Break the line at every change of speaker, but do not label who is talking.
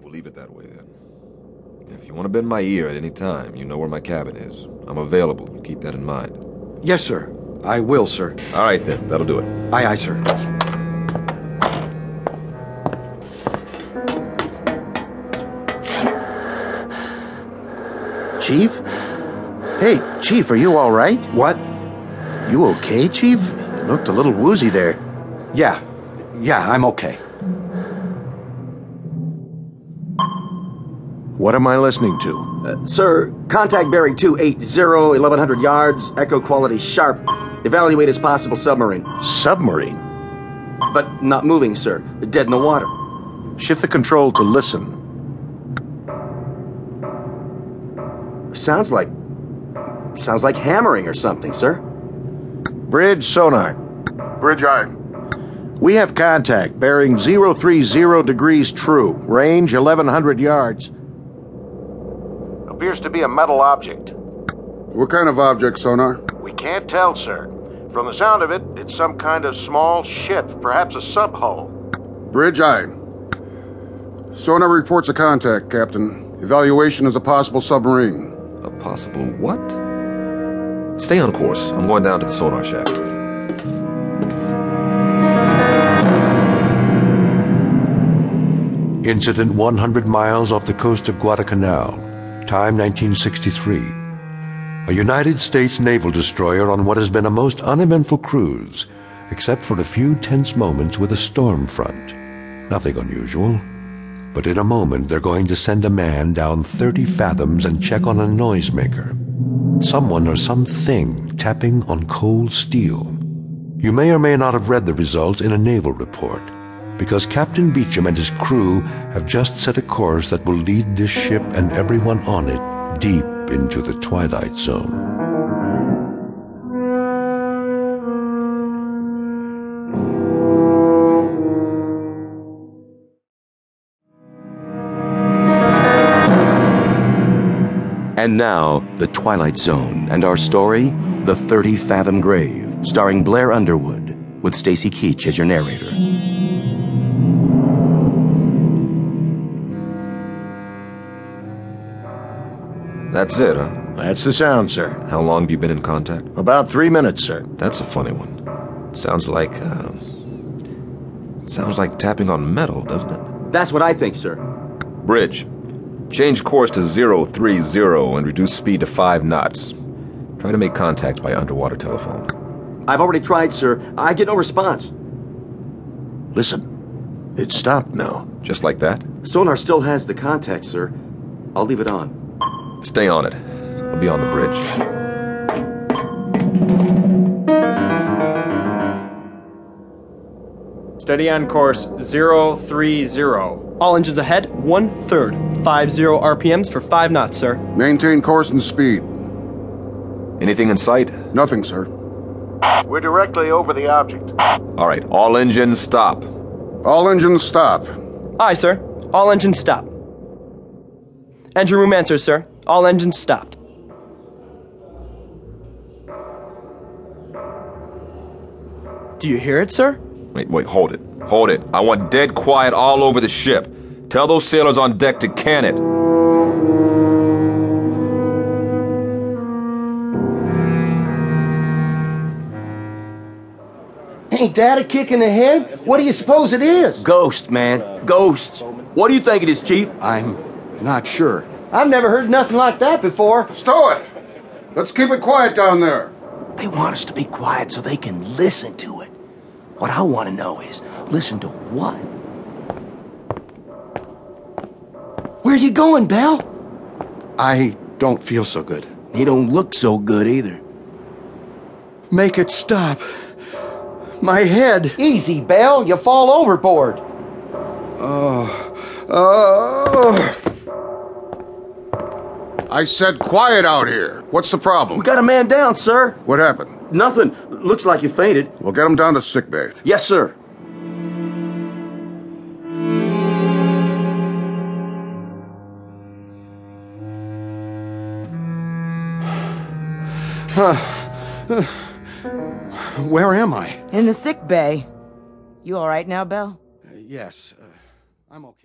We'll leave it that way then. If you want to bend my ear at any time, you know where my cabin is. I'm available. You keep that in mind.
Yes, sir. I will, sir.
All right then, that'll do it.
Aye, aye, sir.
Chief? Hey, Chief, are you all right?
What?
You okay, Chief? You looked a little woozy there.
Yeah. Yeah, I'm okay.
What am I listening to?
Uh, sir, contact bearing 280, 1100 yards, echo quality sharp. Evaluate as possible submarine.
Submarine.
But not moving, sir. Dead in the water.
Shift the control to listen.
Sounds like. Sounds like hammering or something, sir.
Bridge sonar.
Bridge eye.
We have contact bearing 030 degrees true, range 1100 yards. Appears to be a metal object.
What kind of object, sonar?
We can't tell, sir. From the sound of it, it's some kind of small ship, perhaps a subhull.
Bridge eye. Sonar reports a contact, Captain. Evaluation is a possible submarine.
A possible what? Stay on course. I'm going down to the sonar shack.
Incident 100 miles off the coast of Guadalcanal. Time 1963. A United States naval destroyer on what has been a most uneventful cruise, except for a few tense moments with a storm front. Nothing unusual. But in a moment, they're going to send a man down 30 fathoms and check on a noisemaker. Someone or something tapping on cold steel. You may or may not have read the results in a naval report, because Captain Beecham and his crew have just set a course that will lead this ship and everyone on it deep into the twilight zone.
And now, The Twilight Zone and our story, The 30 Fathom Grave, starring Blair Underwood, with Stacy Keach as your narrator.
That's it, huh?
That's the sound, sir.
How long have you been in contact?
About three minutes, sir.
That's a funny one. Sounds like, uh, sounds like tapping on metal, doesn't it?
That's what I think, sir.
Bridge. Change course to 030 and reduce speed to 5 knots. Try to make contact by underwater telephone.
I've already tried, sir. I get no response.
Listen. It stopped now.
Just like that?
Sonar still has the contact, sir. I'll leave it on.
Stay on it. I'll be on the bridge.
Steady on course 030. All engines ahead, one third. 50 RPMs for 5 knots, sir.
Maintain course and speed.
Anything in sight?
Nothing, sir.
We're directly over the object.
All right, all engines stop.
All engines stop.
Aye, sir. All engines stop. Engine room answers, sir. All engines stopped. Do you hear it, sir?
Wait, wait, hold it. Hold it. I want dead quiet all over the ship. Tell those sailors on deck to can it.
Ain't that a kick in the head? What do you suppose it is?
Ghost, man. Ghosts. What do you think it is, Chief?
I'm not sure.
I've never heard nothing like that before.
Stow it! Let's keep it quiet down there.
They want us to be quiet so they can listen to it. What I want to know is listen to what?
Where you going, Bell?
I don't feel so good.
They don't look so good either.
Make it stop. My head.
Easy, Bell. You fall overboard.
Oh. I said quiet out here. What's the problem?
We got a man down, sir.
What happened?
Nothing. Looks like you fainted.
We'll get him down to sick bay.
Yes, sir.
Where am I?
In the sick bay. You all right now, Bell?
Yes, uh, I'm okay.